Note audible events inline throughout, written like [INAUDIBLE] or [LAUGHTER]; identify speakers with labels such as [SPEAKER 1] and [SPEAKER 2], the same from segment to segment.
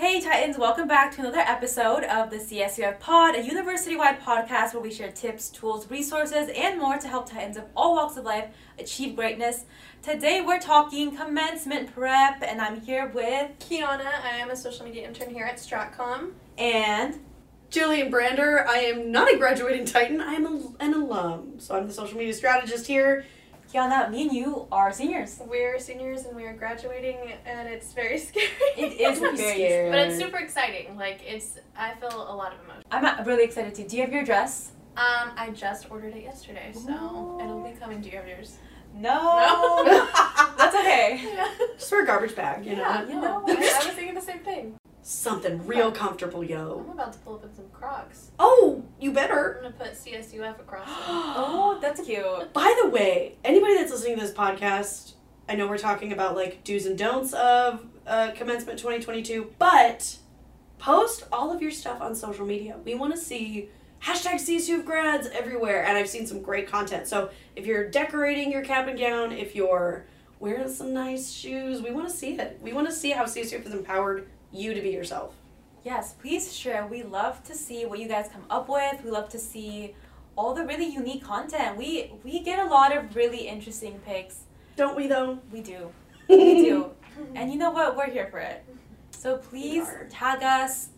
[SPEAKER 1] Titans, welcome back to another episode of the CSUF Pod, a university wide podcast where we share tips, tools, resources, and more to help Titans of all walks of life achieve greatness. Today we're talking commencement prep, and I'm here with
[SPEAKER 2] Kiana, I am a social media intern here at Stratcom.
[SPEAKER 1] and
[SPEAKER 3] Jillian Brander. I am not a graduating Titan. I am a, an alum. So I'm the social media strategist here.
[SPEAKER 1] Kiana. Me and you are seniors.
[SPEAKER 2] We're seniors and we are graduating, and it's very [LAUGHS] scary.
[SPEAKER 1] It is
[SPEAKER 3] I'm
[SPEAKER 1] very-
[SPEAKER 2] [LAUGHS]
[SPEAKER 3] scared.
[SPEAKER 2] but it's
[SPEAKER 3] [LAUGHS]
[SPEAKER 2] super exciting. Like it's, I feel a lot of emotion.
[SPEAKER 1] I'm uh, really excited too. Do you have your dress?
[SPEAKER 2] Um, I just ordered it yesterday, so
[SPEAKER 1] Ooh.
[SPEAKER 2] it'll be coming. Do you have yours?
[SPEAKER 1] No, [LAUGHS] that's okay.
[SPEAKER 2] yeah,
[SPEAKER 3] Just wear a garbage bag, you
[SPEAKER 2] yeah,
[SPEAKER 3] know?
[SPEAKER 2] no, I, I was thinking the same thing.
[SPEAKER 3] Something real comfortable, yo.
[SPEAKER 2] I'm about to pull up in some Crocs.
[SPEAKER 3] Oh, you
[SPEAKER 2] I'm
[SPEAKER 3] better. [GASPS]
[SPEAKER 2] gonna put CSUF across. [LAUGHS]
[SPEAKER 3] [LAUGHS]
[SPEAKER 2] them.
[SPEAKER 1] Oh, that's cute.
[SPEAKER 3] By the way, anybody that's listening to this podcast, I know we're talking about like do's and don'ts of uh, commencement 2022, but post all of your stuff on social media. We want to see hashtag CSU of grads everywhere, and I've seen some great content. So if you're decorating your cap and gown, if you're wearing some nice shoes, we want to see it. We want to see how CSU has empowered you to be yourself.
[SPEAKER 1] Yes, please share. We love to see what you guys come up with. We love to see all the really unique content. We we get a lot of really interesting picks.
[SPEAKER 3] Don't we though?
[SPEAKER 1] We do. We do. and you know what? We're here for it. So please
[SPEAKER 3] are.
[SPEAKER 1] tag us,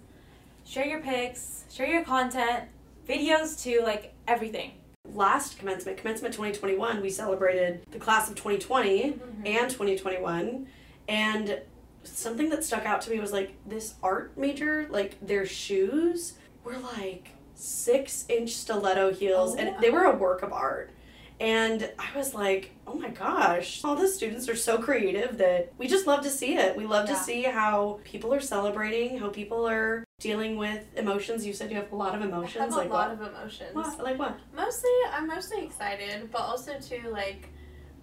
[SPEAKER 1] share your pics, share your content, videos too, like everything.
[SPEAKER 3] Last commencement, commencement 2021, we celebrated the class of 2020.
[SPEAKER 2] Mm-hmm.
[SPEAKER 3] and 2021 and something that stuck out to me was like this art major like their shoes were like six inch stiletto heels
[SPEAKER 2] Oh,
[SPEAKER 3] and
[SPEAKER 2] yeah.
[SPEAKER 3] they were a work of art and i was like oh my gosh all the students are so creative that we just love to see it we love
[SPEAKER 1] Yeah.
[SPEAKER 3] to see how people are celebrating how people are dealing with emotions you said you have a lot of
[SPEAKER 2] I
[SPEAKER 3] emotions
[SPEAKER 2] have a
[SPEAKER 3] like
[SPEAKER 2] lot
[SPEAKER 3] what?
[SPEAKER 2] of emotions.
[SPEAKER 3] what like what
[SPEAKER 2] Mostly, I'm mostly excited, but also too like,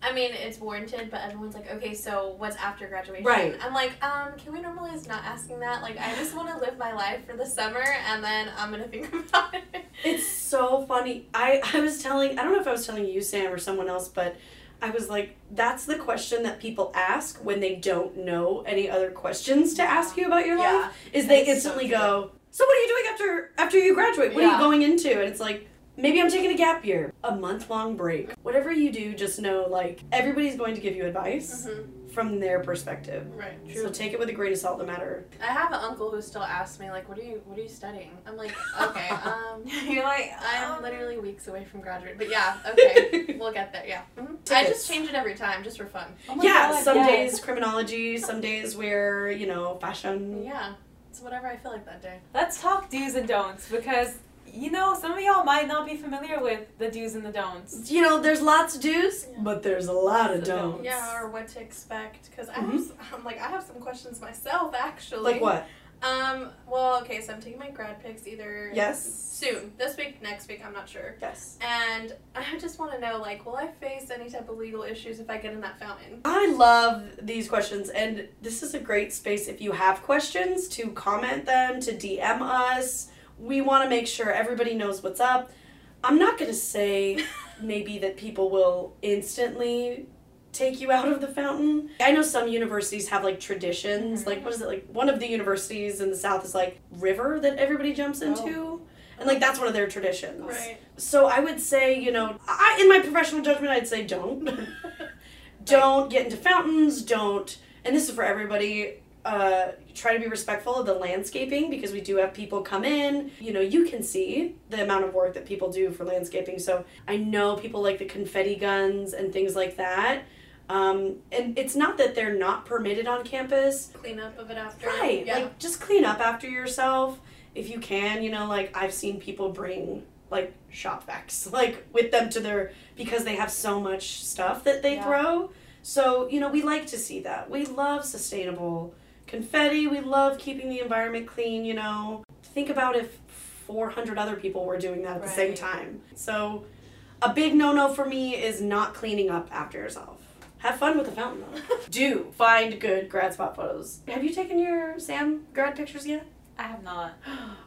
[SPEAKER 2] I mean, it's warranted. But everyone's like, okay, so what's after graduation?
[SPEAKER 3] Right.
[SPEAKER 2] I'm like, um, can we normalize not asking that? Like, I just
[SPEAKER 3] [SIGHS]
[SPEAKER 2] want to live my life for the summer, and then I'm gonna think [LAUGHS] about it.
[SPEAKER 3] It's so funny. I, I was telling, I don't know if I was telling you, Sam, or someone else, but I was like, that's the question that people ask when they don't know any other questions to ask you about your life.
[SPEAKER 2] yeah.
[SPEAKER 3] Is they
[SPEAKER 2] that's so
[SPEAKER 3] instantly
[SPEAKER 2] true.
[SPEAKER 3] go, So what are you doing after after you graduate? What are
[SPEAKER 2] Yeah.
[SPEAKER 3] you going into? And it's like, maybe I'm taking a gap year, a month long break. Whatever you do, just know like everybody's going to give you advice
[SPEAKER 2] Mhm.
[SPEAKER 3] from their perspective.
[SPEAKER 2] Right.
[SPEAKER 3] So take it with a grain of salt no matter.
[SPEAKER 2] I have an uncle who still asks me like, what are you, what are you studying? I'm like,
[SPEAKER 3] [LAUGHS]
[SPEAKER 2] okay, um,
[SPEAKER 1] You're like,
[SPEAKER 2] I'm literally weeks away from graduate, but yeah,
[SPEAKER 3] [LAUGHS]
[SPEAKER 2] okay, we'll get there. Yeah. Mhm. I
[SPEAKER 3] Tickets.
[SPEAKER 2] just change it every time, just for fun.
[SPEAKER 1] oh my
[SPEAKER 3] yeah,
[SPEAKER 1] God,
[SPEAKER 3] some
[SPEAKER 1] yes.
[SPEAKER 3] days criminology, some days where, you know, fashion.
[SPEAKER 2] Yeah. It's whatever I feel like that day.
[SPEAKER 1] Let's talk do's and don'ts because you know some of y'all might not be familiar with the do's and the don'ts.
[SPEAKER 3] You know, there's lots of do's,
[SPEAKER 2] Yeah.
[SPEAKER 3] but there's a lot of
[SPEAKER 1] Lots of don'ts.
[SPEAKER 3] don'ts.
[SPEAKER 2] Yeah, or what to expect. Because I
[SPEAKER 3] Mhm.
[SPEAKER 2] have, s- [LAUGHS] I'm like, I have some questions myself, actually.
[SPEAKER 3] Like what?
[SPEAKER 2] Um, well, okay, so I'm taking my grad pics either
[SPEAKER 3] Yes.
[SPEAKER 2] soon, this week, next week, I'm not sure.
[SPEAKER 3] Yes.
[SPEAKER 2] And I just want to know, like, will I face any type of legal issues if I get in that fountain? [LAUGHS]
[SPEAKER 3] I love these questions, and this is a great space if you have questions to comment them, to DM us. We want to make sure everybody knows what's up. I'm not going to say maybe that people will instantly take you out of the fountain. I know some universities have like traditions.
[SPEAKER 1] Mhm.
[SPEAKER 3] Like, what is it? Like, one of the universities in the South is like river that everybody jumps into. And like, that's one of their traditions.
[SPEAKER 2] right.
[SPEAKER 3] So I would say, you know, I, in my professional judgment, I'd say don't. don't get into fountains. Don't, and this is for everybody, uh, try to be respectful of the landscaping because we do have people come in. You know, you can see the amount of work that people do for landscaping. So I know people like the confetti guns and things like that. Um, and it's not that they're not permitted on campus,
[SPEAKER 2] Cleanup of it after.
[SPEAKER 3] Right.
[SPEAKER 2] Yeah.
[SPEAKER 3] Like just clean up after yourself if you can, you know, like I've seen people bring like shop vacs [LAUGHS] like with them to their because they have so much stuff that they
[SPEAKER 1] Yeah.
[SPEAKER 3] throw. So, you know, we like to see that. We love sustainable confetti. We love keeping the environment clean, you know. Think about if 400 other people were doing that at the same
[SPEAKER 1] Right.
[SPEAKER 3] time. So, a big no-no for me is not cleaning up after yourself. Have fun with the fountain though [LAUGHS] do find good grad spot photos. Have you taken your Sam grad pictures yet?
[SPEAKER 1] I have not.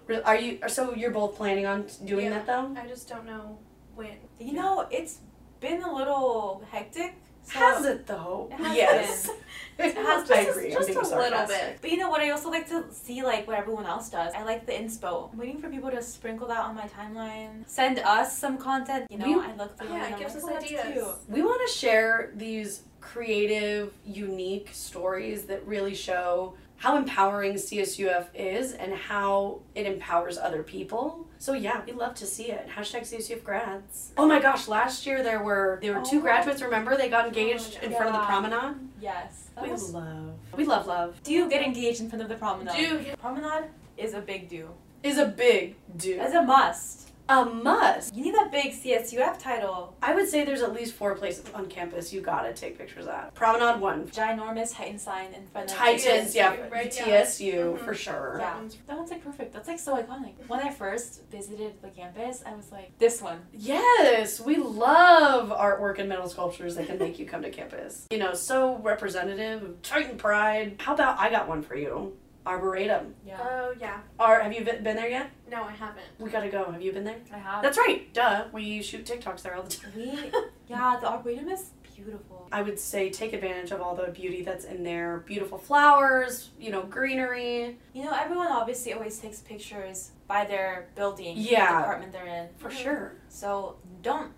[SPEAKER 3] Re- Are you? So you're both planning on doing
[SPEAKER 2] Yeah.
[SPEAKER 3] that though?
[SPEAKER 2] I just don't know when.
[SPEAKER 1] You know, it's been a little hectic So-
[SPEAKER 3] has it though?
[SPEAKER 1] It has
[SPEAKER 3] yes. [LAUGHS]
[SPEAKER 2] It has
[SPEAKER 3] I
[SPEAKER 2] just-
[SPEAKER 3] agree. I'm
[SPEAKER 2] just
[SPEAKER 3] being
[SPEAKER 2] a little
[SPEAKER 3] sarcastic.
[SPEAKER 2] bit.
[SPEAKER 1] But you know what? I also like to see like what everyone else does. I like the inspo. I'm waiting for people to sprinkle that on my timeline. Send us some content. You know,
[SPEAKER 3] We-
[SPEAKER 1] I look through
[SPEAKER 2] Yeah,
[SPEAKER 1] and
[SPEAKER 2] it
[SPEAKER 1] I'm
[SPEAKER 2] gives
[SPEAKER 1] like,
[SPEAKER 2] us
[SPEAKER 1] "Oh, that's
[SPEAKER 2] ideas."
[SPEAKER 1] cute."
[SPEAKER 3] We want to share these creative, unique stories that really show how empowering CSUF is and how it empowers other people. So yeah, we love to see it. Hashtag CSUF grads. Oh my gosh, last year there were there were two
[SPEAKER 1] Oh.
[SPEAKER 3] graduates. Remember they got engaged in front of the
[SPEAKER 1] Yeah.
[SPEAKER 3] promenade.
[SPEAKER 1] Yes. That
[SPEAKER 3] We
[SPEAKER 1] was-
[SPEAKER 3] love. We love love.
[SPEAKER 1] Do you get engaged in front of the promenade?
[SPEAKER 2] Do
[SPEAKER 1] Promenade is a big do.
[SPEAKER 3] Is a big do.
[SPEAKER 1] It's a must.
[SPEAKER 3] A must.
[SPEAKER 1] You need that big CSUF title.
[SPEAKER 3] I would say there's at least four places on campus you gotta take pictures at. Promenade one.
[SPEAKER 1] Ginormous Titan sign in front of
[SPEAKER 3] Titans,
[SPEAKER 2] TSU,
[SPEAKER 3] yeah,
[SPEAKER 2] right?
[SPEAKER 3] TSU
[SPEAKER 2] Mhm.
[SPEAKER 3] for sure.
[SPEAKER 1] Yeah. That one's like perfect. That's like so iconic. When I first visited the campus, I was like, this one.
[SPEAKER 3] Yes, we love artwork and metal sculptures that can make you come to campus. You know, so representative of Titan Pride. How about I got one for you? Arboretum.
[SPEAKER 1] Yeah.
[SPEAKER 2] Oh yeah.
[SPEAKER 3] Or have you been been there yet?
[SPEAKER 2] No, I haven't.
[SPEAKER 3] We gotta go. Have you been there?
[SPEAKER 1] I have.
[SPEAKER 3] That's right. Duh. We shoot TikToks there all the time.
[SPEAKER 1] we, yeah, the Arboretum is beautiful.
[SPEAKER 3] I would say take advantage of all the beauty that's in there. Beautiful flowers, you know, greenery.
[SPEAKER 1] You know, everyone obviously always takes pictures by their building, the
[SPEAKER 3] Yeah.
[SPEAKER 1] department they're in.
[SPEAKER 3] For
[SPEAKER 2] Mhm.
[SPEAKER 3] sure.
[SPEAKER 1] So don't,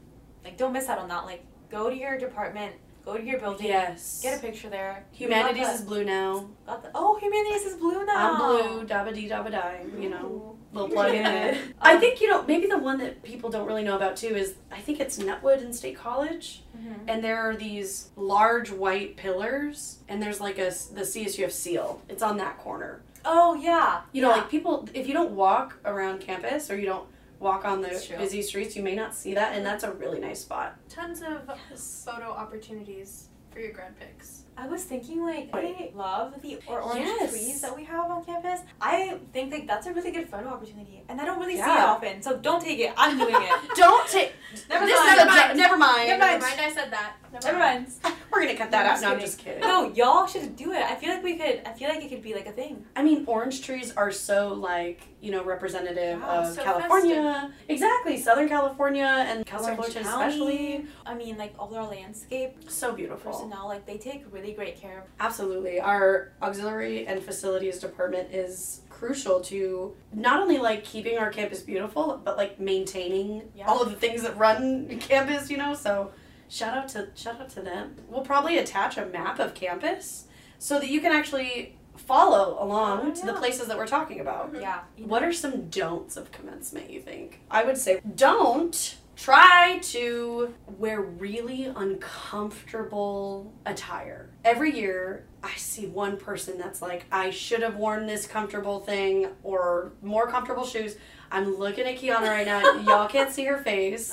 [SPEAKER 1] like, don't miss out on that. Like, go to your department, go to your building,
[SPEAKER 3] Yes.
[SPEAKER 1] get a picture there.
[SPEAKER 3] Humanities
[SPEAKER 1] Got
[SPEAKER 3] is blue now.
[SPEAKER 1] the- got the- oh, humanities is blue now.
[SPEAKER 3] I'm blue, dabba dee dabba die, you know. Little plug in there.
[SPEAKER 1] Um,
[SPEAKER 3] [LAUGHS] I think, you know, maybe the one that people don't really know about too is I think it's Nutwood and State College.
[SPEAKER 1] mhm.
[SPEAKER 3] And there are these large white pillars, and there's like a s- the CSUF seal. It's on that corner.
[SPEAKER 1] Oh yeah.
[SPEAKER 3] You know,
[SPEAKER 1] yeah.
[SPEAKER 3] like people, if you don't walk around campus or you don't walk on the
[SPEAKER 1] That's true.
[SPEAKER 3] busy streets, you may not see that, and that's a really nice spot.
[SPEAKER 2] Tons of photo opportunities for your grad pics.
[SPEAKER 1] I was thinking like I love the or orange
[SPEAKER 3] Yes.
[SPEAKER 1] trees that we have on campus. I think like that's a really good photo opportunity, and I don't really see it
[SPEAKER 3] Yeah.
[SPEAKER 1] often. So don't take it. I'm doing
[SPEAKER 3] [LAUGHS]
[SPEAKER 1] it.
[SPEAKER 3] Don't take.
[SPEAKER 1] Never
[SPEAKER 3] this
[SPEAKER 1] mind.
[SPEAKER 3] is a jo- Never mind.
[SPEAKER 1] Never mind.
[SPEAKER 2] Mind I said that.
[SPEAKER 1] Never mind.
[SPEAKER 3] We're gonna cut
[SPEAKER 1] I'm
[SPEAKER 3] that out.
[SPEAKER 1] just
[SPEAKER 3] No, I'm
[SPEAKER 1] kidding.
[SPEAKER 3] just kidding.
[SPEAKER 1] No, y'all should do it. I feel like we could. I feel like it could be like a thing.
[SPEAKER 3] I mean, orange trees are so like you know representative
[SPEAKER 1] Yeah,
[SPEAKER 3] of
[SPEAKER 2] so
[SPEAKER 3] California, exactly Southern California and
[SPEAKER 1] Orange
[SPEAKER 3] California
[SPEAKER 1] County.
[SPEAKER 3] especially.
[SPEAKER 1] I mean, like all our landscape
[SPEAKER 3] So beautiful.
[SPEAKER 1] personnel, like they take really great care of.
[SPEAKER 3] Absolutely, our auxiliary and facilities department is crucial to not only like keeping our campus beautiful, but like maintaining
[SPEAKER 1] Yeah.
[SPEAKER 3] all of the things that run campus. You know, so shout out to shout out to them. We'll probably attach a map of campus so that you can actually follow along
[SPEAKER 1] Oh,
[SPEAKER 3] to the
[SPEAKER 1] yeah.
[SPEAKER 3] places that we're talking about.
[SPEAKER 2] Mhm.
[SPEAKER 1] Yeah.
[SPEAKER 3] What are some don'ts of commencement, you think? I would say don't try to wear really uncomfortable attire. Every year, I see one person that's like, I should have worn this comfortable thing or more comfortable shoes. I'm looking at Kiana right [LAUGHS] now. Y'all can't see her face.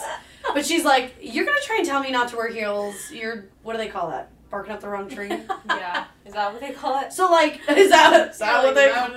[SPEAKER 3] But she's like, You're gonna try and tell me not to wear heels. You're, what do they call that? Barking up the wrong [LAUGHS] tree?
[SPEAKER 1] [LAUGHS] yeah. Is that what they call
[SPEAKER 3] [LAUGHS]
[SPEAKER 1] it?
[SPEAKER 3] so, like, is that, is that what they
[SPEAKER 2] Um,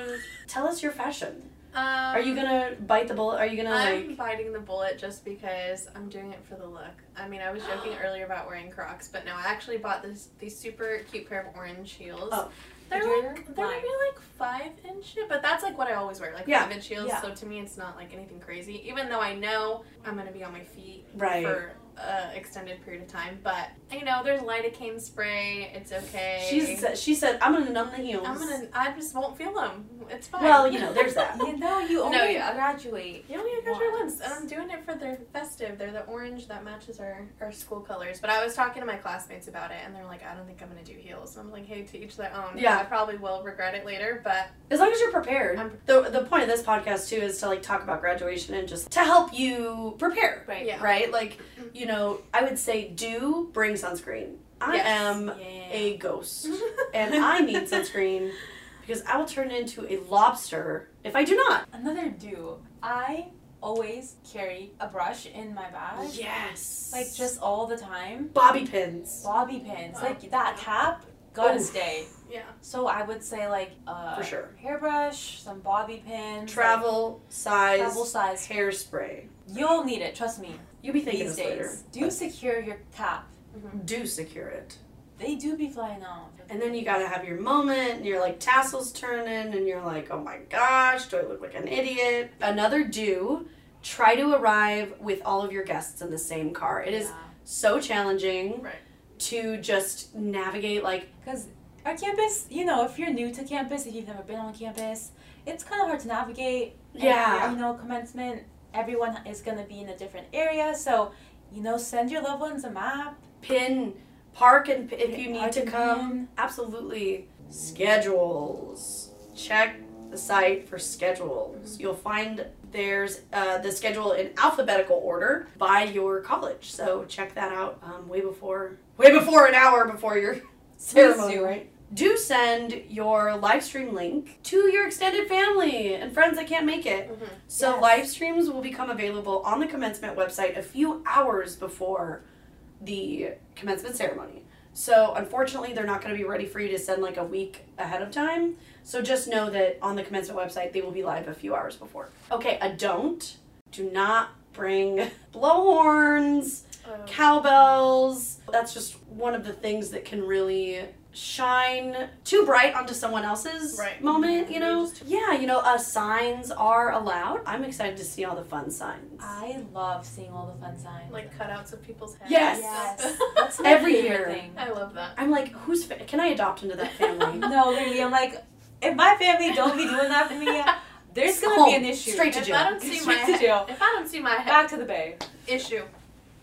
[SPEAKER 3] Tell us your fashion. Are you gonna bite the bullet? Are you gonna
[SPEAKER 2] I'm
[SPEAKER 3] like?
[SPEAKER 2] biting the bullet just because I'm doing it for the look. I mean, I
[SPEAKER 3] [GASPS]
[SPEAKER 2] was joking earlier about wearing Crocs, but no, I actually bought this these super cute pair of orange heels.
[SPEAKER 3] Oh.
[SPEAKER 2] They're
[SPEAKER 1] You're
[SPEAKER 2] like they're
[SPEAKER 1] lying.
[SPEAKER 2] maybe like five inch, but that's like what I always wear, like
[SPEAKER 3] Yeah.
[SPEAKER 2] five inch heels.
[SPEAKER 1] Yeah.
[SPEAKER 2] So to me, it's not like anything crazy. Even though I know I'm gonna be on my feet
[SPEAKER 3] Right.
[SPEAKER 2] for an extended period of time, but you know, there's lidocaine spray. It's okay.
[SPEAKER 3] She's she said I'm gonna numb the heels.
[SPEAKER 2] I'm gonna. I just won't feel them. It's fine.
[SPEAKER 3] Well, you
[SPEAKER 2] [LAUGHS]
[SPEAKER 3] know,
[SPEAKER 1] [LAUGHS]
[SPEAKER 3] there's that.
[SPEAKER 1] You know, you
[SPEAKER 2] No,
[SPEAKER 1] only
[SPEAKER 2] yeah.
[SPEAKER 1] graduate.
[SPEAKER 2] Yeah, we got your
[SPEAKER 1] Once.
[SPEAKER 2] ones, and I'm doing it for their festive. They're the orange that matches our, our school colors. But I was talking to my classmates about it, and they're like, "I don't think I'm gonna do heels." And I'm like, "Hey, to each their own."
[SPEAKER 3] Yeah.
[SPEAKER 2] I probably will regret it later, but
[SPEAKER 3] As long as you're prepared.
[SPEAKER 2] I'm-
[SPEAKER 3] the the point of this podcast too is to like talk about graduation and just to help you prepare.
[SPEAKER 1] Right.
[SPEAKER 2] yeah,
[SPEAKER 3] Right? Like, you know, I would say do bring sunscreen. I
[SPEAKER 2] Yes.
[SPEAKER 3] am
[SPEAKER 1] Um, Yeah.
[SPEAKER 3] a [LAUGHS]
[SPEAKER 1] [LAUGHS]
[SPEAKER 3] ghost. and I need sunscreen because I will turn into a lobster if I do not.
[SPEAKER 1] Another do. I always carry a brush in my bag,
[SPEAKER 3] Yes.
[SPEAKER 1] like just all the time.
[SPEAKER 3] bobby pins.
[SPEAKER 1] Bobby pins,
[SPEAKER 2] Oh.
[SPEAKER 1] like that cap, gotta
[SPEAKER 3] Oof.
[SPEAKER 1] stay.
[SPEAKER 2] yeah.
[SPEAKER 1] So I would say like uh,
[SPEAKER 3] For sure.
[SPEAKER 1] hairbrush, some bobby pins,
[SPEAKER 3] Travel
[SPEAKER 1] like,
[SPEAKER 3] size
[SPEAKER 1] travel size.
[SPEAKER 3] hairspray.
[SPEAKER 1] You'll need it, trust me.
[SPEAKER 3] You'll be thinking
[SPEAKER 1] These
[SPEAKER 3] this
[SPEAKER 1] days,
[SPEAKER 3] later.
[SPEAKER 1] do secure your cap.
[SPEAKER 3] Do secure it.
[SPEAKER 1] They do be flying out.
[SPEAKER 3] And then you gotta have your moment, and your like tassels turning, and you're like, oh my gosh, do I look like an idiot? Another do, try to arrive with all of your guests in the same car. It is
[SPEAKER 1] Yeah.
[SPEAKER 3] so challenging
[SPEAKER 2] Right.
[SPEAKER 3] to just navigate like
[SPEAKER 1] Because our campus, you know, if you're new to campus, if you've never been on campus, it's kind of hard to navigate. And,
[SPEAKER 3] Yeah.
[SPEAKER 1] you know, commencement, everyone is going to be in a different area. So, you know, send your loved ones a map.
[SPEAKER 3] pin park and p- if you
[SPEAKER 1] Park
[SPEAKER 3] need to
[SPEAKER 1] and
[SPEAKER 3] come
[SPEAKER 1] pin.
[SPEAKER 3] absolutely schedules check the site for schedules you'll find there's uh, the schedule in alphabetical order by your college so check that out um, way before way before an hour before your ceremony
[SPEAKER 1] do.
[SPEAKER 3] right do send your live stream link to your extended family and friends that can't make it
[SPEAKER 2] Mhm.
[SPEAKER 3] so
[SPEAKER 1] Yes.
[SPEAKER 3] live streams will become available on the commencement website a few hours before the commencement ceremony. So unfortunately, they're not going to be ready for you to send like a week ahead of time. So just know that on the commencement website, they will be live a few hours before. Okay, a don't. Do not bring [LAUGHS] blowhorns,
[SPEAKER 2] Oh.
[SPEAKER 3] cowbells. That's just one of the things that can really shine too bright onto someone else's
[SPEAKER 2] Right.
[SPEAKER 3] moment, you
[SPEAKER 2] You're
[SPEAKER 3] know?
[SPEAKER 2] just-
[SPEAKER 3] Yeah, you know, uh, signs are allowed. I'm excited to see all the fun signs.
[SPEAKER 1] I love seeing all the fun signs.
[SPEAKER 2] like cutouts of people's heads.
[SPEAKER 3] Yes.
[SPEAKER 2] [LAUGHS]
[SPEAKER 1] Yes.
[SPEAKER 2] That's-
[SPEAKER 1] my
[SPEAKER 3] Every
[SPEAKER 1] favorite
[SPEAKER 3] year.
[SPEAKER 1] thing.
[SPEAKER 2] I love that.
[SPEAKER 3] I'm like, who's fa- can I adopt into
[SPEAKER 1] [LAUGHS]
[SPEAKER 3] that family?
[SPEAKER 1] No, really, I'm like, if my family don't be doing that for me, therere's going to
[SPEAKER 3] Home.
[SPEAKER 1] be an issue. [LAUGHS]
[SPEAKER 3] Straight to
[SPEAKER 2] If
[SPEAKER 3] jail.
[SPEAKER 2] I don't see my
[SPEAKER 1] Straight to
[SPEAKER 2] head,
[SPEAKER 1] jail.
[SPEAKER 2] [LAUGHS] if I don't see my head
[SPEAKER 1] Back to the bay.
[SPEAKER 2] issue,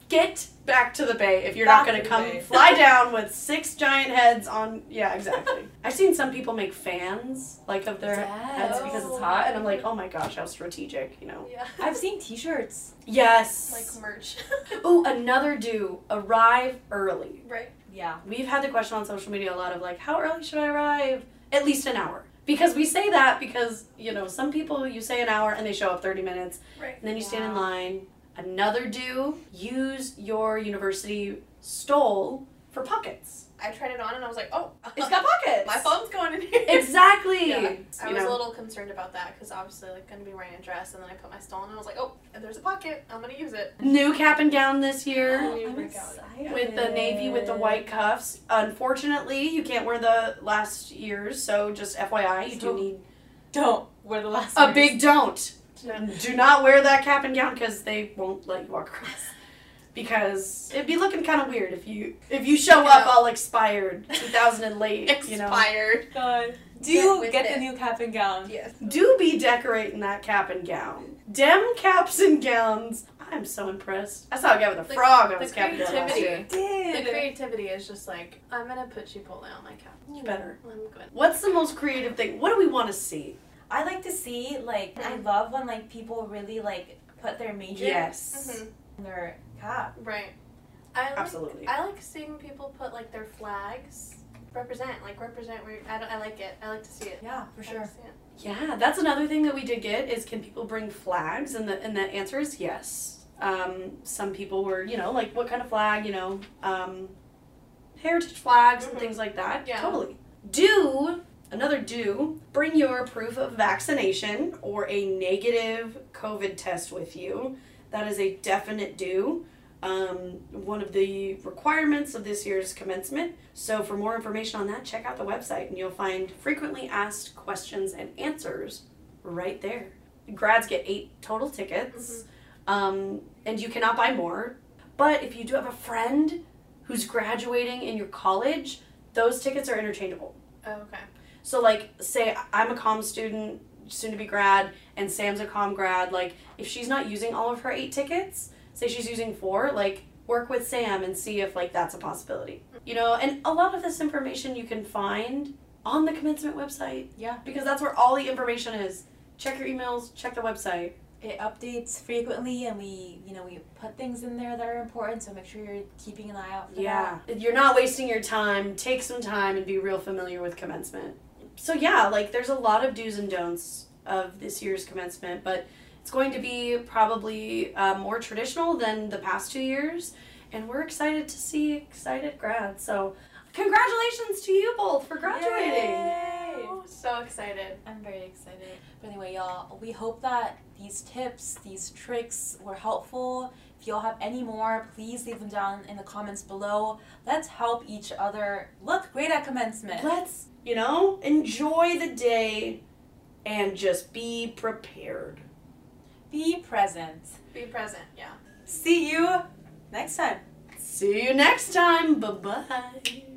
[SPEAKER 3] Get back to the bay if you're
[SPEAKER 1] Back
[SPEAKER 3] not going
[SPEAKER 1] to
[SPEAKER 3] to
[SPEAKER 1] the
[SPEAKER 3] come
[SPEAKER 1] bay. [LAUGHS]
[SPEAKER 3] fly down with six giant heads on. Yeah, exactly. [LAUGHS] I've seen some people make fans like of their heads because it's hot, and I'm like, oh my gosh, how strategic, you know?
[SPEAKER 2] yeah,
[SPEAKER 1] I've seen t-shirts.
[SPEAKER 3] Yes.
[SPEAKER 2] like merch, [LAUGHS]
[SPEAKER 3] oh, another do arrive early.
[SPEAKER 2] right?
[SPEAKER 1] Yeah.
[SPEAKER 3] We've had the question on social media a lot of like, how early should I arrive? At least an hour. Because we say that because, you know, some people you say an hour and they show up 30 minutes
[SPEAKER 2] Right.
[SPEAKER 3] and then you stand in
[SPEAKER 1] Yeah.
[SPEAKER 3] line. Another do, use your university stole
[SPEAKER 2] [LAUGHS]
[SPEAKER 3] for pockets.
[SPEAKER 2] I tried it on and I was like, oh,
[SPEAKER 3] It's got pockets.
[SPEAKER 2] my phone's going in here.
[SPEAKER 3] Exactly.
[SPEAKER 2] Yeah. I
[SPEAKER 3] You
[SPEAKER 2] was
[SPEAKER 3] know.
[SPEAKER 2] a little concerned about that because obviously like gonna be wearing a dress and then I put my stole and I was like, oh, there's a pocket. I'm gonna use it. [LAUGHS]
[SPEAKER 3] New cap and gown this year
[SPEAKER 2] New
[SPEAKER 1] I'm
[SPEAKER 2] breakout.
[SPEAKER 1] excited.
[SPEAKER 3] with the navy with the white cuffs. Unfortunately, you can't wear the last year's, so just FYI, you
[SPEAKER 1] So-
[SPEAKER 3] do need
[SPEAKER 1] Don't wear the last
[SPEAKER 3] a
[SPEAKER 1] words.
[SPEAKER 3] big don't.
[SPEAKER 2] Yeah.
[SPEAKER 3] Do not wear that cap and gown because they won't let you walk across. Because it'd be looking kind of weird if you if you show up
[SPEAKER 2] [LAUGHS]
[SPEAKER 3] all expired, 2000 and late. You know,
[SPEAKER 2] Expired.
[SPEAKER 1] God. Do
[SPEAKER 2] Get
[SPEAKER 1] you
[SPEAKER 2] with
[SPEAKER 1] get
[SPEAKER 2] it.
[SPEAKER 1] the new cap and gown?
[SPEAKER 2] [LAUGHS] Yes. [LAUGHS]
[SPEAKER 3] do be decorating that cap and gown. Dem caps and gowns. I'm so impressed. I saw a guy with a
[SPEAKER 2] The-
[SPEAKER 3] frog on
[SPEAKER 2] the
[SPEAKER 3] his cap and gown last
[SPEAKER 2] creativity.
[SPEAKER 3] year.
[SPEAKER 1] I
[SPEAKER 2] The
[SPEAKER 1] did.
[SPEAKER 2] creativity is just like I'm gonna put Chipotle on my cap.
[SPEAKER 3] You better.
[SPEAKER 2] I'm going.
[SPEAKER 3] What's the most creative thing? What do we want to see?
[SPEAKER 1] I like to see like I
[SPEAKER 2] Mhm.
[SPEAKER 1] love when like people really like put their major
[SPEAKER 3] Yes,
[SPEAKER 2] Mm-hmm.
[SPEAKER 1] in their cap.
[SPEAKER 2] Right. I like,
[SPEAKER 3] absolutely.
[SPEAKER 2] I like seeing people put like their flags. Represent, like represent. Where I don't. I like it. I like to see it.
[SPEAKER 1] Yeah, for
[SPEAKER 2] I
[SPEAKER 1] sure.
[SPEAKER 2] like to see it.
[SPEAKER 3] Yeah, that's another thing that we did get is can people bring flags? And the and the answer is yes. Um, some people were, you know, like what kind of flag, you know, um, heritage flags and
[SPEAKER 2] Mhm.
[SPEAKER 3] things like that.
[SPEAKER 2] Yeah.
[SPEAKER 3] Totally. Do another do bring your proof of vaccination or a negative COVID test with you. That is a definite do. Um, one of the requirements of this year's commencement. So, for more information on that, check out the website and you'll find frequently asked questions and answers right there. Grads get eight total tickets, um, and you cannot buy more. But if you do have a friend who's graduating in your college, those tickets are interchangeable.
[SPEAKER 2] Oh, okay.
[SPEAKER 3] So, like, say I'm a comm student, soon to be grad, and Sam's a comm grad. Like, if she's not using all of her eight tickets, say she's using four, like, work with Sam and see if, like, that's a possibility. You know, and a lot of this information you can find on the commencement website.
[SPEAKER 1] Yeah.
[SPEAKER 3] Because that's where all the information is. Check your emails, check the website.
[SPEAKER 1] It updates frequently and we you know we put things in there that are important so make sure you're keeping an eye out for that.
[SPEAKER 3] You're not wasting your time. Take some time and be real familiar with commencement. So, yeah, like there's a lot of do's and don'ts of this year's commencement, but it's going to be probably uh, more traditional than the past two years. And we're excited to see excited grads. So, congratulations to you both for graduating.
[SPEAKER 1] Yay!
[SPEAKER 2] Oh, so excited.
[SPEAKER 1] I'm very excited. But anyway, y'all, we hope that these tips, these tricks were helpful. If y'all have any more, please leave them down in the comments below. Let's help each other look great at commencement.
[SPEAKER 3] Let's, you know, enjoy the day and just be prepared.
[SPEAKER 1] Be present.
[SPEAKER 2] Be present. Yeah.
[SPEAKER 1] See you next time.
[SPEAKER 3] See you next time. Bye bye.